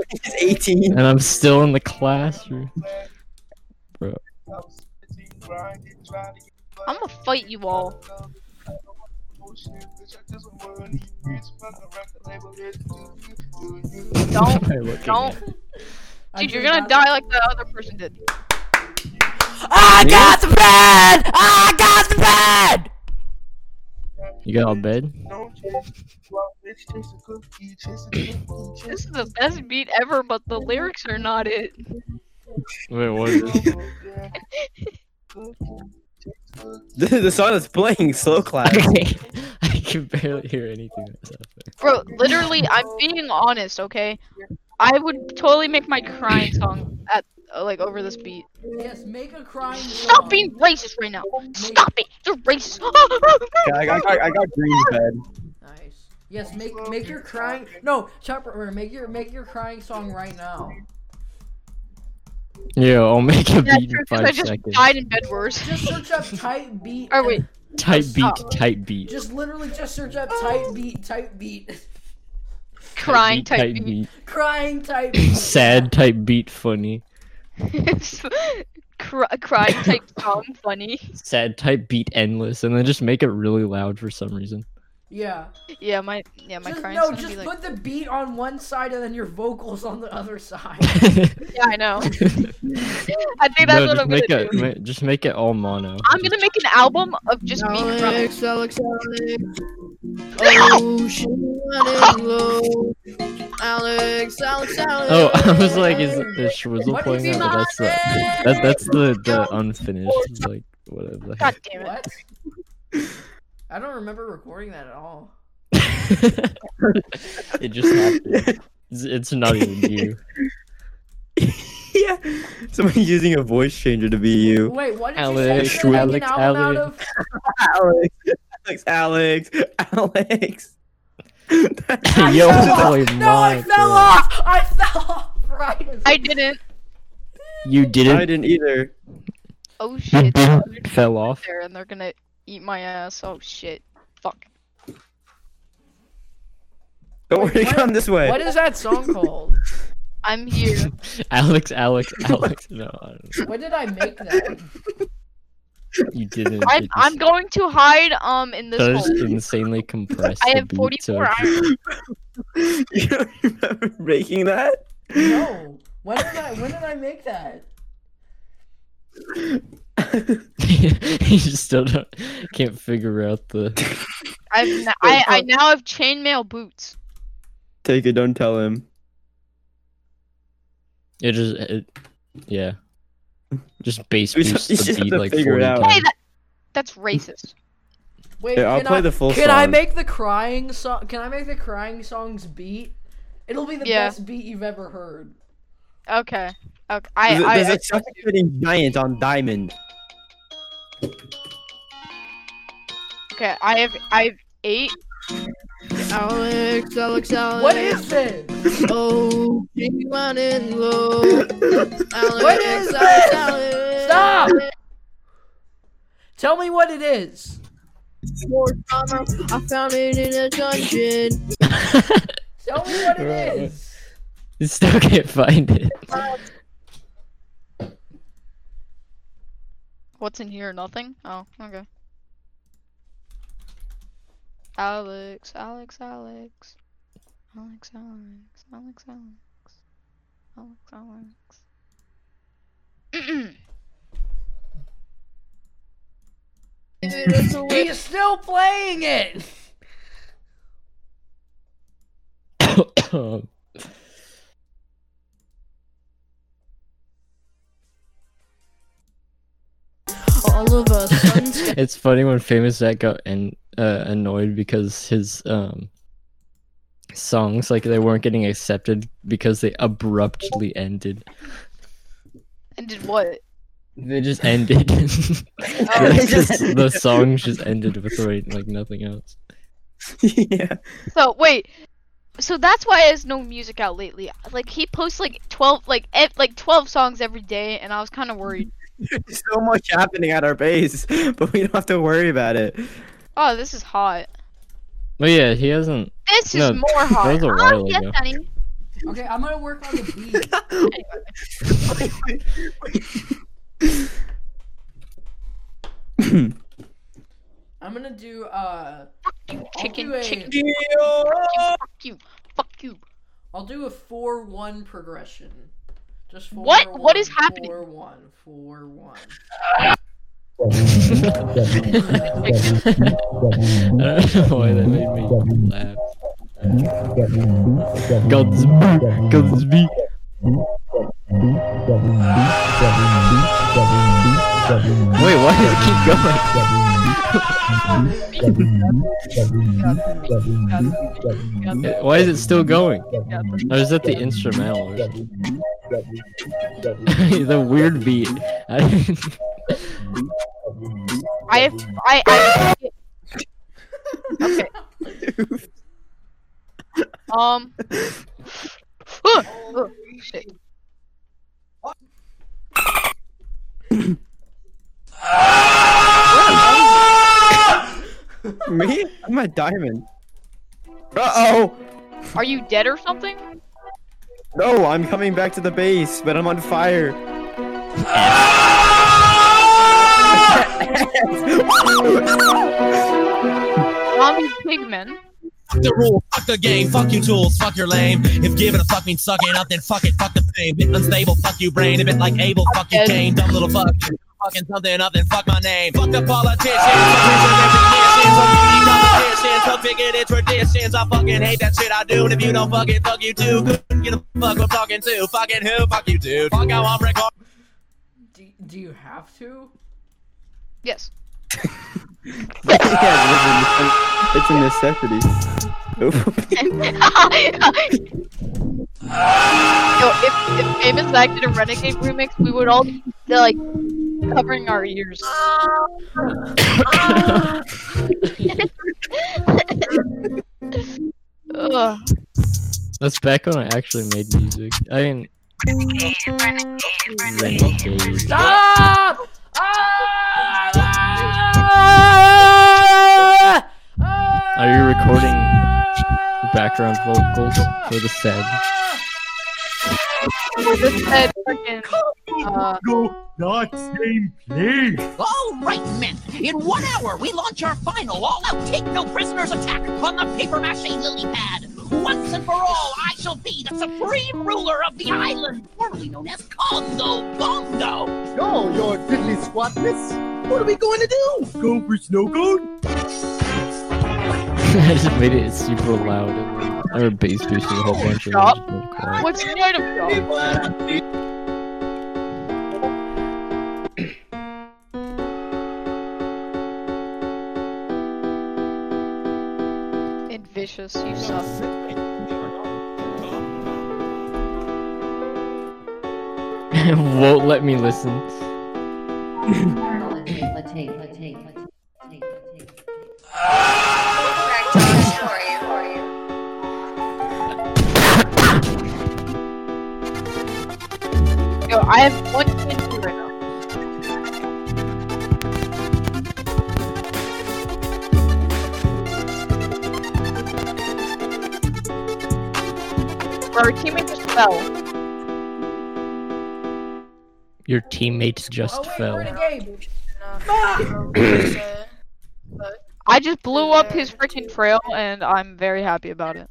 He's 18. And I'm still in the classroom. I'm gonna fight you all. Don't. Why am I looking Don't. at- I Dude, you're did gonna not- die like the other person did. I got the bed. I got the bed. You got a bed? This is the best beat ever, but the lyrics are not it. Wait, what is this? The, the song is playing slow clap. I can barely hear anything that's happening. Bro, literally, I'm being honest, okay? I would totally make my crying song at uh, like over this beat. Yes, make a crying. Stop song. being racist right now. Stop it. You're racist. Yeah, I, got, I got green bed. Nice. Yes, make make your crying. No, chopper. or Make your make your crying song right now. Yeah, I'll make a Yeah, beat true, in 'cause five I just seconds. died in bed wars. Just search up tight beat. Or wait. and- Type beat, Oh. type beat. Just literally just search up tight beat, tight beat, Crying Type type beat, beat. crying tight beat. beat. Sad type beat, funny. E. Cry- crying type song funny. Sad type beat, endless. And then just make it really loud for some reason. Yeah. Yeah, my yeah my just, crying no, song just be like. put the beat on one side and then your vocals on the other side. Yeah, I know. no, I think that's just what I'm gonna make do. it. ma- just make it all mono. I'm gonna make an album of just me crying. Alex, Alex. Oh, shit, low. Alex, Alex, Alex. Oh, I was like, is the Schwizzle What playing is that? But that's the that, that's the, the unfinished like whatever. the God heck. damn it. what? I don't remember recording that at all. it just happened. It's, it's not even you. yeah. Somebody using a voice changer to be you. Wait, what did Alex, you say? you're gonna make Alex, an album out Alex. of? Alex. Alex. Alex. Alex. Yo, fell boy, No, I Mike, fell bro. off! I fell off! Right. as- I didn't. You I didn't didn't either. Oh shit. fell off. there and they're gonna eat my ass. Oh shit. Fuck. Don't worry, Wait, come this way. What is that song called? I'm here. Alex, Alex, Alex. No, I don't When did I make that? know. you didn't. I'm, I'm going to hide um in this That is hole. insanely compressed. I the have beats 44 of- iron. you don't remember making that? No. When did I when did I make that? you still don't, can't figure out the. I've n- I, I now have chainmail boots. Take it. Don't tell him. It just, it, yeah. Just bass We just- boosts you the just have beat to like figure it 40 out. times. Hey, that, that's racist. Wait, Here, I'll can play I, the full Can I song. make the crying song? Can I make the crying song's beat? It'll be the Yeah. best beat you've ever heard. Okay. Okay. I, there's I, there's I, a suffocating giant on diamond. okay. I have I have eight. Alex, Alex, Alex. What is this? Oh, she went in low. Alex, What Alex, is this? Alex. Stop! Tell me what it is. More drama. I found it in a dungeon. Tell me what it Right. is. You still can't find it. What's in here? Nothing. Oh, okay. Alex, Alex, Alex, Alex, Alex, Alex, Alex, Alex, Alex. It's a He's still playing it. All of us. it's funny when famous Zach got an, uh, annoyed because his um songs like they weren't getting accepted because they abruptly ended. And did what? They just ended. Like, just- the songs just ended with like, like nothing else. yeah. So wait, so that's why there's no music out lately. Like he posts like twelve, like ev- like twelve songs every day, and I was kind of worried. so much happening at our base, but we don't have to worry about it. Oh, this is hot. But yeah, he hasn't. This is No, more that hot. Oh, was a I don't while get ago. any. Okay, I'm gonna work on the beat. I'm gonna do uh. I'll Chicken, do a- chicken, fuck you, fuck you. I'll do a four one progression. Just four, What? What is one, happening? Four one, four one. I don't know why that made me laugh. God's God's beat. Wait, why does it keep going? Uh, Why is it still going? Or is that the instrumental? or something? the weird beat. I- I have, I, I. okay. um. Ugh, ugh, shit. Me? I'm a diamond. Uh oh! Are you dead or something? No, I'm coming back to the base, but I'm on fire. Zombie pigmen. Fuck the rule, fuck the game, fuck you tools, fuck your lame. If giving a fuck means sucking up, then fuck it, fuck the fame. Bit unstable, fuck you brain. A bit like Abel, fuck you Cain, dumb little fuck. Fucking something up, then fuck my name. Fuck the politicians, fuck fictional traditions. I fucking hate that shit I do, and if you don't fuck it, fuck you too. Couldn't give a fuck who I'm talking to. Fucking who? Fuck you, dude. Fuck how I'm recording. Do, do you have to? Yes. yeah, it's a necessity. Oop. Yo, if, if Famous Zach did a Renegade remix, we would all be like covering our ears. Ugh. That's back when I actually made music. I mean. Renegade. Stop! Ah! Ah! Are you recording background vocals for the sad? Ah! This said fucking. Uh, Go not same place. All right, men. In one hour, we launch our final all-out take-no-prisoners attack on the paper mache lily pad. Once and for all, I shall be the supreme ruler of the island, formerly known as Congo Bongo. No, your diddly squatness. What are we going to do? Go for snow cone? I just made it super loud. and I heard bass boosting a whole bunch of Shop. them. What's the night of God? And vicious, you suck. Won't let me listen. Yo, I have one kid right now. Bro, our teammate just fell. Your teammates just Oh, fell. game. I just blew up his freaking trail, and I'm very happy about it.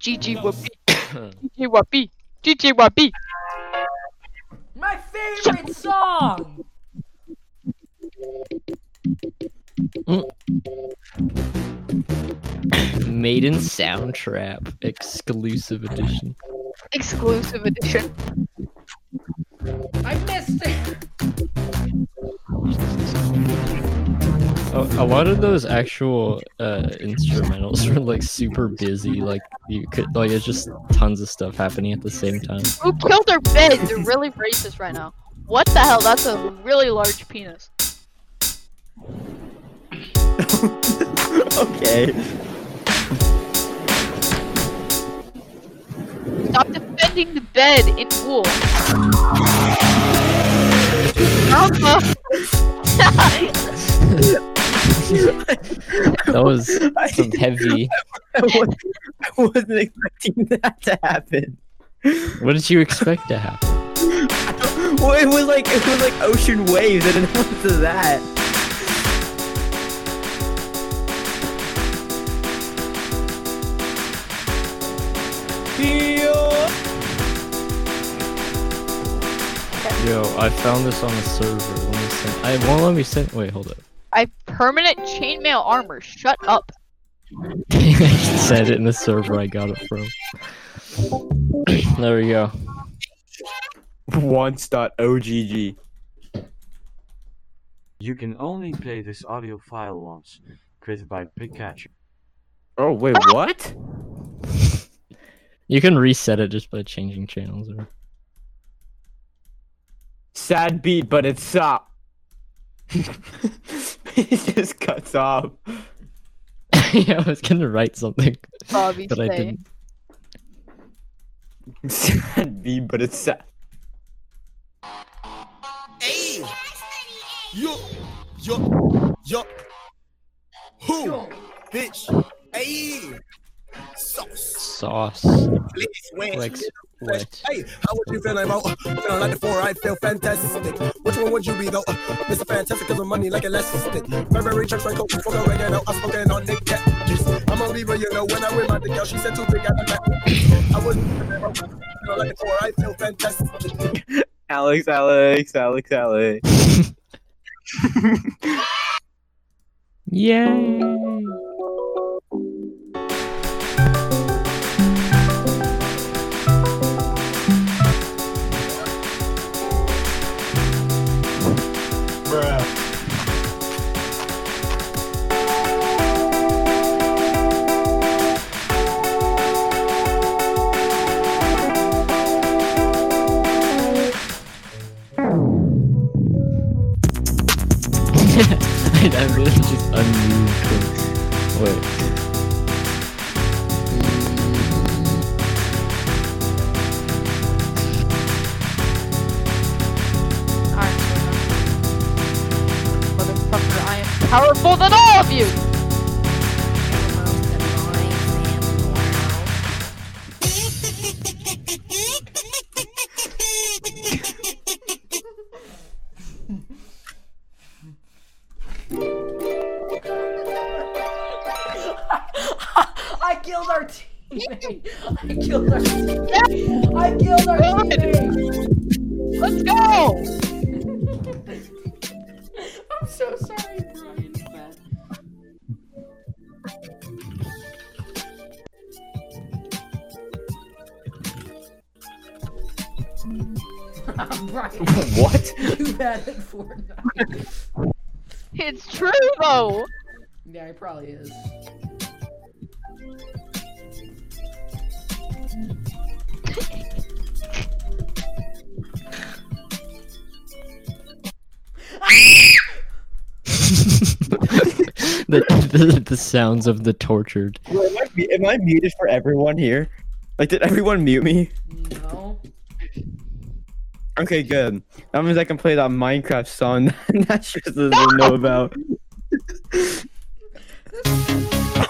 GG whoopee. GG whoopee. GG whoopee. My favorite song. Maiden soundtrap exclusive edition. Exclusive edition. I missed it. Oh, A, a lot of those actual uh, instrumentals were like super busy. Like you could like it's just tons of stuff happening at the same time. Who killed their bed? They're really racist right now. What the hell? That's a really large penis. okay. Stop defending the bed in wool. Alpha. That was some heavy. I wasn't, I wasn't expecting that to happen. What did you expect to happen? Well, it was like it was like ocean waves, and it was to that. Yo, I found this on the server. Let me send. I won't let me send. Wait, hold up. I have permanent chainmail armor. Shut up. I sent it in the server I got it from. there we go. Once.ogg. You can only play this audio file once, created by Pikachu. Oh wait, what? You can reset it just by changing channels. Or... Sad beat, but it's up. it just cuts off. yeah, I was gonna write something, Bobby but I say. didn't. Sad beat, but it's sad. Hey! Yo! Yo! Yo! Who? Bitch! Hey! Sauce! Sauce. Please, wait. Flex. What? Hey, how would you feel about looking on like the four? I feel fantastic. Which one would you be though? Mr. Fantastic is money like elastic. Burberry church like Coca Cola oregano. I'm smoking on Nick Cactus. I'm a leaver, you know. When I wear my dick out, she said too big. I don't like. I wouldn't feel about looking on like the four. I feel fantastic. Alex, Alex, Alex, Alex. Yay! Bruh. I am literally just unmoved. Wait. Motherfucker, I am powerful than all of you! teammate. I killed our teammate. I killed our teammate. Let's go. I'm so sorry, Brian. but- Brian. What? You bad at Fortnite. It's true though. Yeah, he probably is. the, the the sounds of the tortured. Wait, am, I, mu- am I muted for everyone here? Like, did everyone mute me? No. Okay, good. That means I can play that Minecraft song that she doesn't know about.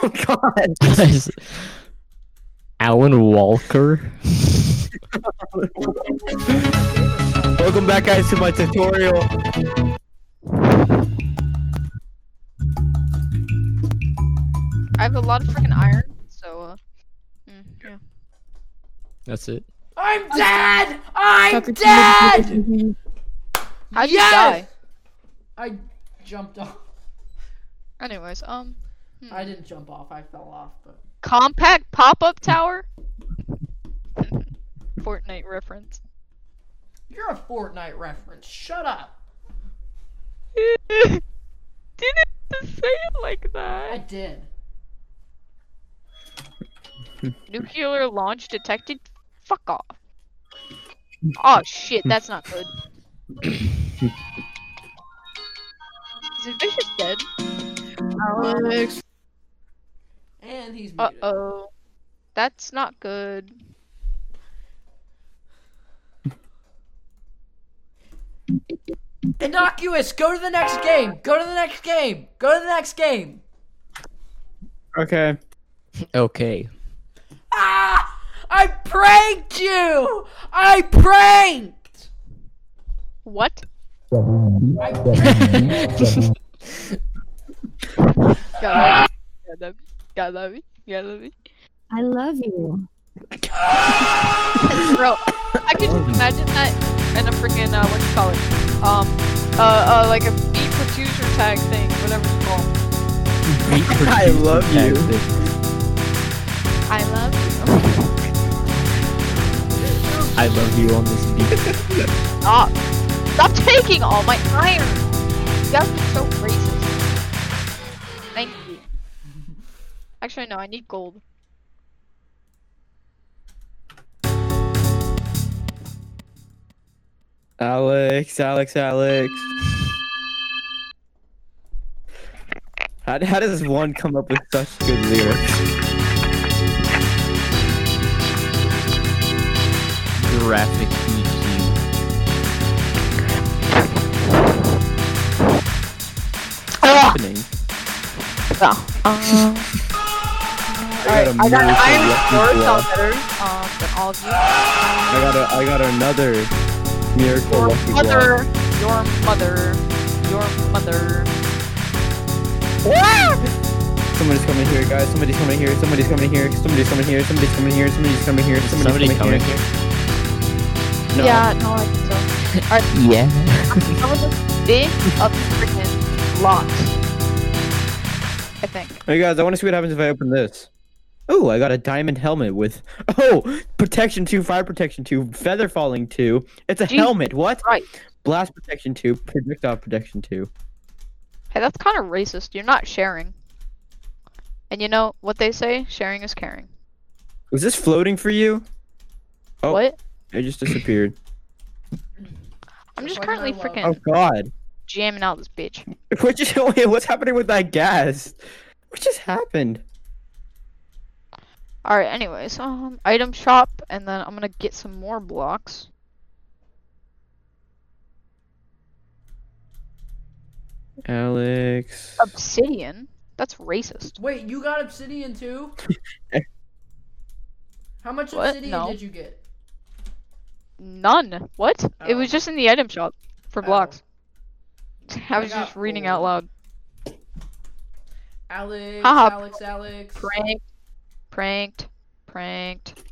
oh God! Guys, Alan Walker. Welcome back, guys, to my tutorial. I have a lot of freaking iron, so uh, mm, yeah. That's it. I'm dead! I'm Soccer team dead! How'd you Yes! die? I jumped off. Anyways, um, I didn't jump off, I fell off, but. compact pop-up tower. Fortnite reference. You're a Fortnite reference. Shut up. Didn't say it like that. I did. Nuclear launch detected. Fuck off. Oh shit, that's not good. Is Invicious dead? Alex. And he's Uh oh. That's not good. Innocuous, go to the next game. Go to the next game. Go to the next game. Okay. Okay. Ah! I pranked you. I pranked. What? Gotta love me. Gotta love me. Gotta love me. I love you. Bro, I could just imagine that in a freaking, uh, what do you call it? Um, uh, uh, like a beat producer tag thing, whatever it's called. I love you. I love you. I love you on this beat. Stop. Stop taking all my iron. You guys are so racist. Thank you. Actually, no, I need gold. Alex, Alex, Alex. How, how does one come up with such good lyrics? Graphic EQ. Happening. Um, Alright, I got iron lucky sword, blow. sound better um, than all of you. I got a, I got another miracle Your lucky mother, block. your mother, your mother. Somebody's coming here, guys. Somebody's coming here. Somebody's coming here. Somebody's coming here. Somebody's coming here. Somebody's coming here. Somebody's Somebody coming coming here. No. Yeah, no, I think so. Alright, Yeah. some of this big up freaking lot. I think. Hey guys, I want to see what happens if I open this. Oh, I got a diamond helmet with oh protection two, fire protection two, feather falling two. It's a Jesus helmet. What? Right. Blast protection two, projectile protection two. Hey, that's kind of racist. You're not sharing. And you know what they say? Sharing is caring. Was this floating for you? Oh, What? It just disappeared. I'm just currently freaking oh God. jamming out this bitch. What just wait, what's happening with that gas? What just happened? Alright, anyways, um, item shop, and then I'm gonna get some more blocks. Alex. Obsidian? That's racist. Wait, you got obsidian too? How much What? obsidian No. did you get? None. What? It was just in the item shop for blocks. I I was got just reading out loud. Alex, Haha. Alex, Alex. Pranked. Pranked. pranked.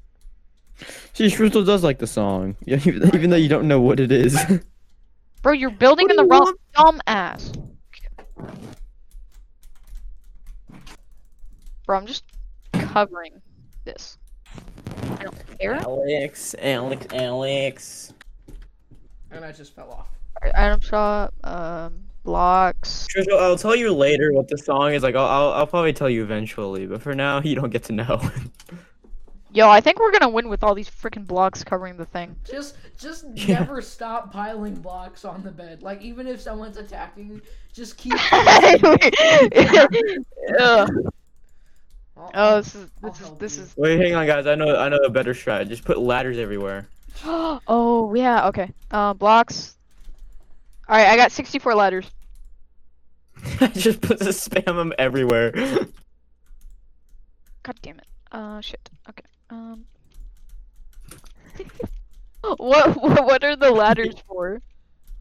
See, Shrustle does like the song, yeah, even, even though you don't know what it is. Bro, you're building in the wrong dumb ass. Bro, I'm just covering this. I don't care. Alex, Alex, Alex. And I just fell off. Alright, Item shop, um, blocks. Trisha, I'll tell you later what the song is. Like, I'll, I'll, I'll probably tell you eventually, but for now, you don't get to know. Yo, I think we're gonna win with all these freaking blocks covering the thing. Just just Yeah. never stop piling blocks on the bed. Like even if someone's attacking you, just keep Ugh. Oh, this is this is this is. Wait, hang on, guys. I know, I know a better strat. Just put ladders everywhere. oh yeah, okay. Uh, blocks. All right, I got 64 ladders. Just put just spam them everywhere. God damn it. Uh, shit. Okay. Um. what what are the ladders for?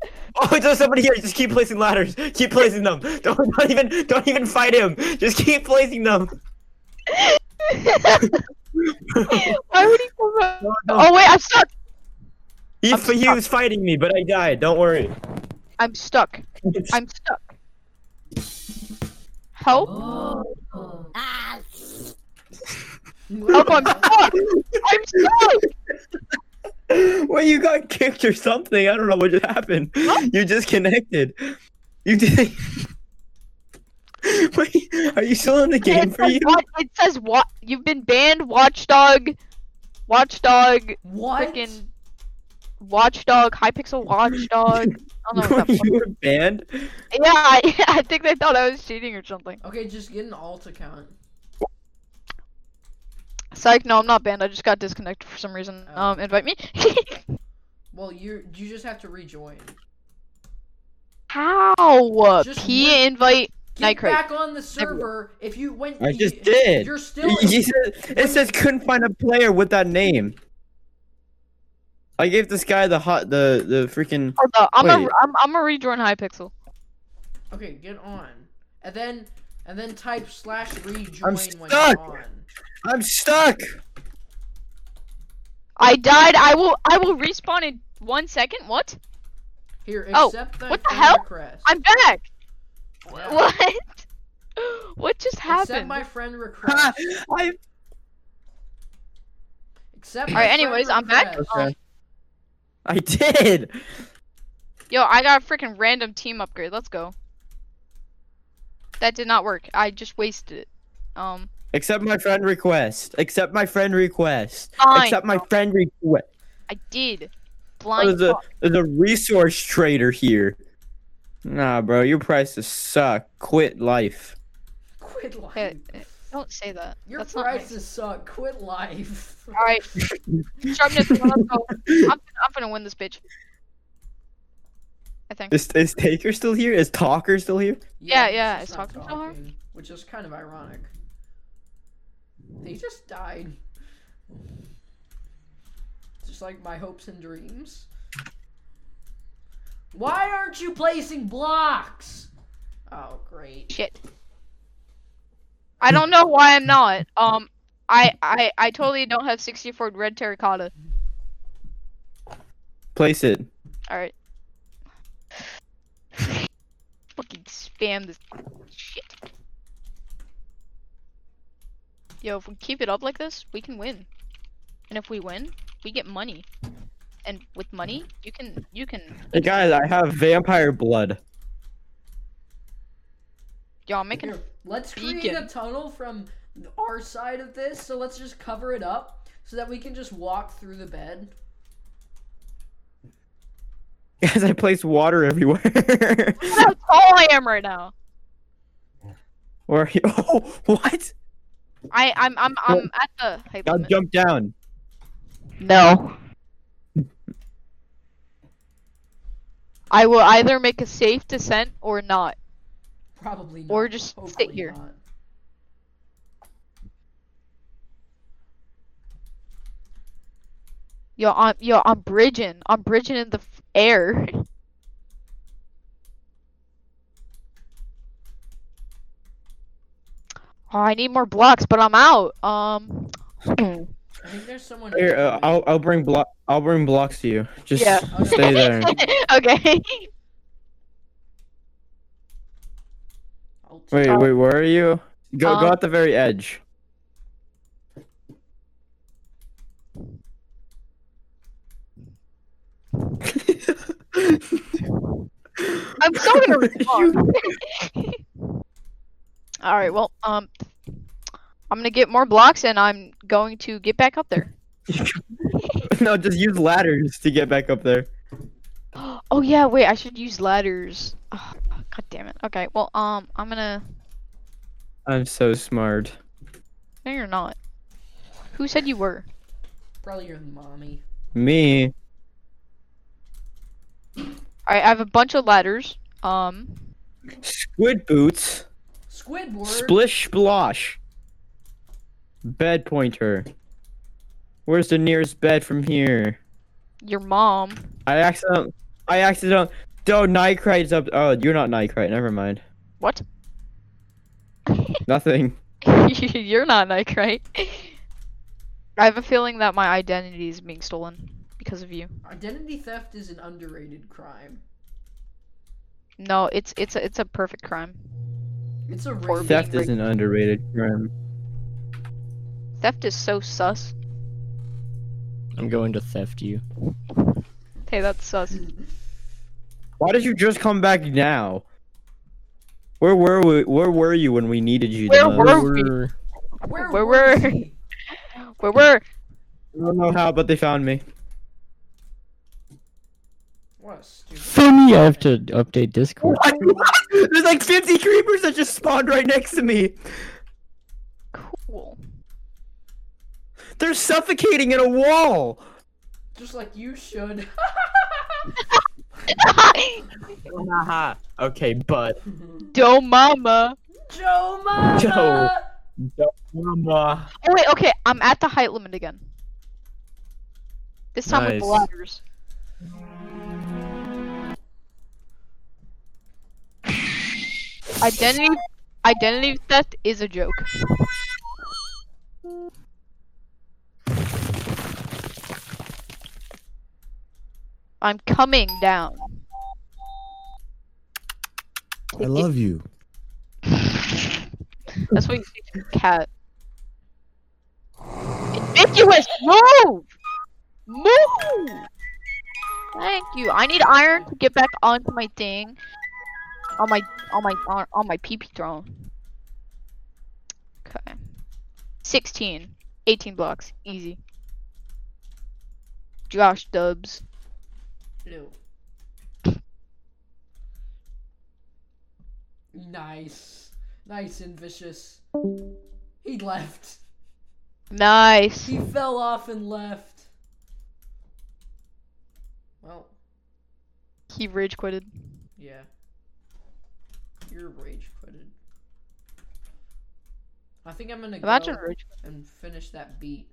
Oh, there's somebody here. Just keep placing ladders. Keep placing them. Don't, don't even, don't even fight him. Just keep placing them. Why would he come up? Oh wait, I'm stuck. He, he was fighting me, but I died. Don't worry. I'm stuck. I'm stuck. Help! Oh, Ah, Help! I'm stuck. I'm stuck. Wait, you got kicked or something? I don't know what just happened. You disconnected. You did. Wait, are you still in the game it for says you? wa- it says what? You've been banned, Watchdog. Watchdog. What? Freaking Watchdog. Hypixel Watchdog. I don't know what that you were banned. Yeah, I, I think they thought I was cheating or something. Okay, just get an alt account. Psych, no, I'm not banned. I just got disconnected for some reason. Oh. Um, invite me. Well, you you just have to rejoin. How? Just P wait- invite Get Nightcrate. back on the server if you went. I you- just did. You're still. He said- it says couldn't find a player with that name. I gave this guy the hot the the freaking. Hold up, I'm Wait. gonna I'm, I'm gonna rejoin Hypixel. Okay, get on, and then and then type slash rejoin I'm when stuck. you're on. I'm stuck. I died. I will I will respawn in one second. What? Here, Oh, accept that what the friend hell? request. I'm back. Yeah. What? What just Accept happened? my friend request. I. Accept. All right. Anyways, I'm back. Um, I did. yo, I got a freaking random team upgrade. Let's go. That did not work. I just wasted it. Um. Accept my friend request. Accept my friend request. Fine. Accept my friend request. I did. Oh, Blind. there's a fuck. there's a resource trader here. Nah, bro, your prices suck. Quit life. Quit life. Hey, hey, don't say that. Your That's not nice. prices suck. Quit life. All right. Sharpness. Let's go. I'm, I'm gonna win this bitch. I think. Is is Taker still here? Is Talker still here? Yeah, he's yeah. just Is not talking so hard? Which is kind of ironic. They just died. Just like my hopes and dreams. Why aren't you placing blocks? Oh, great. Shit. I don't know why I'm not. Um, I I I totally don't have 64 red terracotta. Place it. All right. Fucking spam this shit. Yo, if we keep it up like this, we can win. And if we win, we get money. And with money, you can you can Hey guys, I have vampire blood. y'all make an Here, let's create a tunnel from our side of this, so let's just cover it up so that we can just walk through the bed. Guys, I place water everywhere. Look at how tall I am right now. Where are you? Oh, what? I I'm I'm I'm at the height Now limit. jump down. No. I will either make a safe descent or not, Probably not. or just sit Hopefully here. not. Yo, I'm yo, I'm bridging. I'm bridging in the f- air. oh, I need more blocks, but I'm out. Um. I think there's someone. Here, uh, I'll I'll bring block I'll bring blocks to you. Just Yeah. stay there. okay. Wait, wait, where are you? Go go Um, at the very edge. I'm so gonna respond. All right. Well, um, I'm gonna get more blocks, and I'm going to get back up there. no, just use ladders to get back up there. Oh yeah. Wait. I should use ladders. Oh, God damn it. Okay. Well, um, I'm gonna. I'm so smart. No, you're not. Who said you were? Probably your mommy. Me. All right. I have a bunch of ladders. Um. Squid boots. Squidward. Splish splosh. Bed pointer. Where's the nearest bed from here? Your mom. I accident. I accident. Oh, Nightcrite's up. Oh, you're not Nightcrite. Never mind. What? Nothing. You're not Nike, right? I have a feeling that my identity is being stolen because of you. Identity theft is an underrated crime. No, it's it's a, it's a perfect crime. It's a Poor being Theft ra- is an underrated crime. theft is so sus. I'm going to theft you. Hey, that's sus. Why did you just come back now? Where were we? Where were you when we needed you? the Where most? were we? Where where were? Where were? I don't know how, but they found me. What a stupid. For me, I have to update Discord. There's like 50 creepers that just spawned right next to me. Cool. They're suffocating in a wall. Just like you should. Haha. okay, but Doe mama. Joe Mama. Joe. Mama. Oh wait, okay. I'm at the height limit again. This time with the Nice. ladders. Identity identity theft is a joke. I'm coming down. I love you. That's what you say to a cat. Ambiguous! Move! Move! Thank you. I need iron to get back onto my thing. On my on my on, on my PP throne. Okay. 16. 18 blocks. Easy. Josh Dubs. Ew. Nice. Nice and vicious. He left. Nice. He fell off and left. Well, He rage quitted. yeah. You're rage quitted. I think I'm gonna Imagine go rage and finish that beat.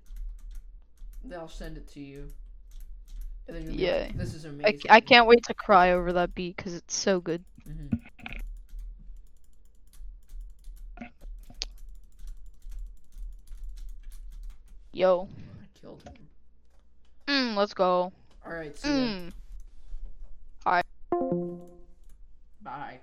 Then I'll send it to you. And then you'll be Yeah. like, this is I, amazing. I can't wait to cry over that beat because it's so good. Yo. I killed him. Mm, let's go. Alright, see ya. Mm. Alright. Bye.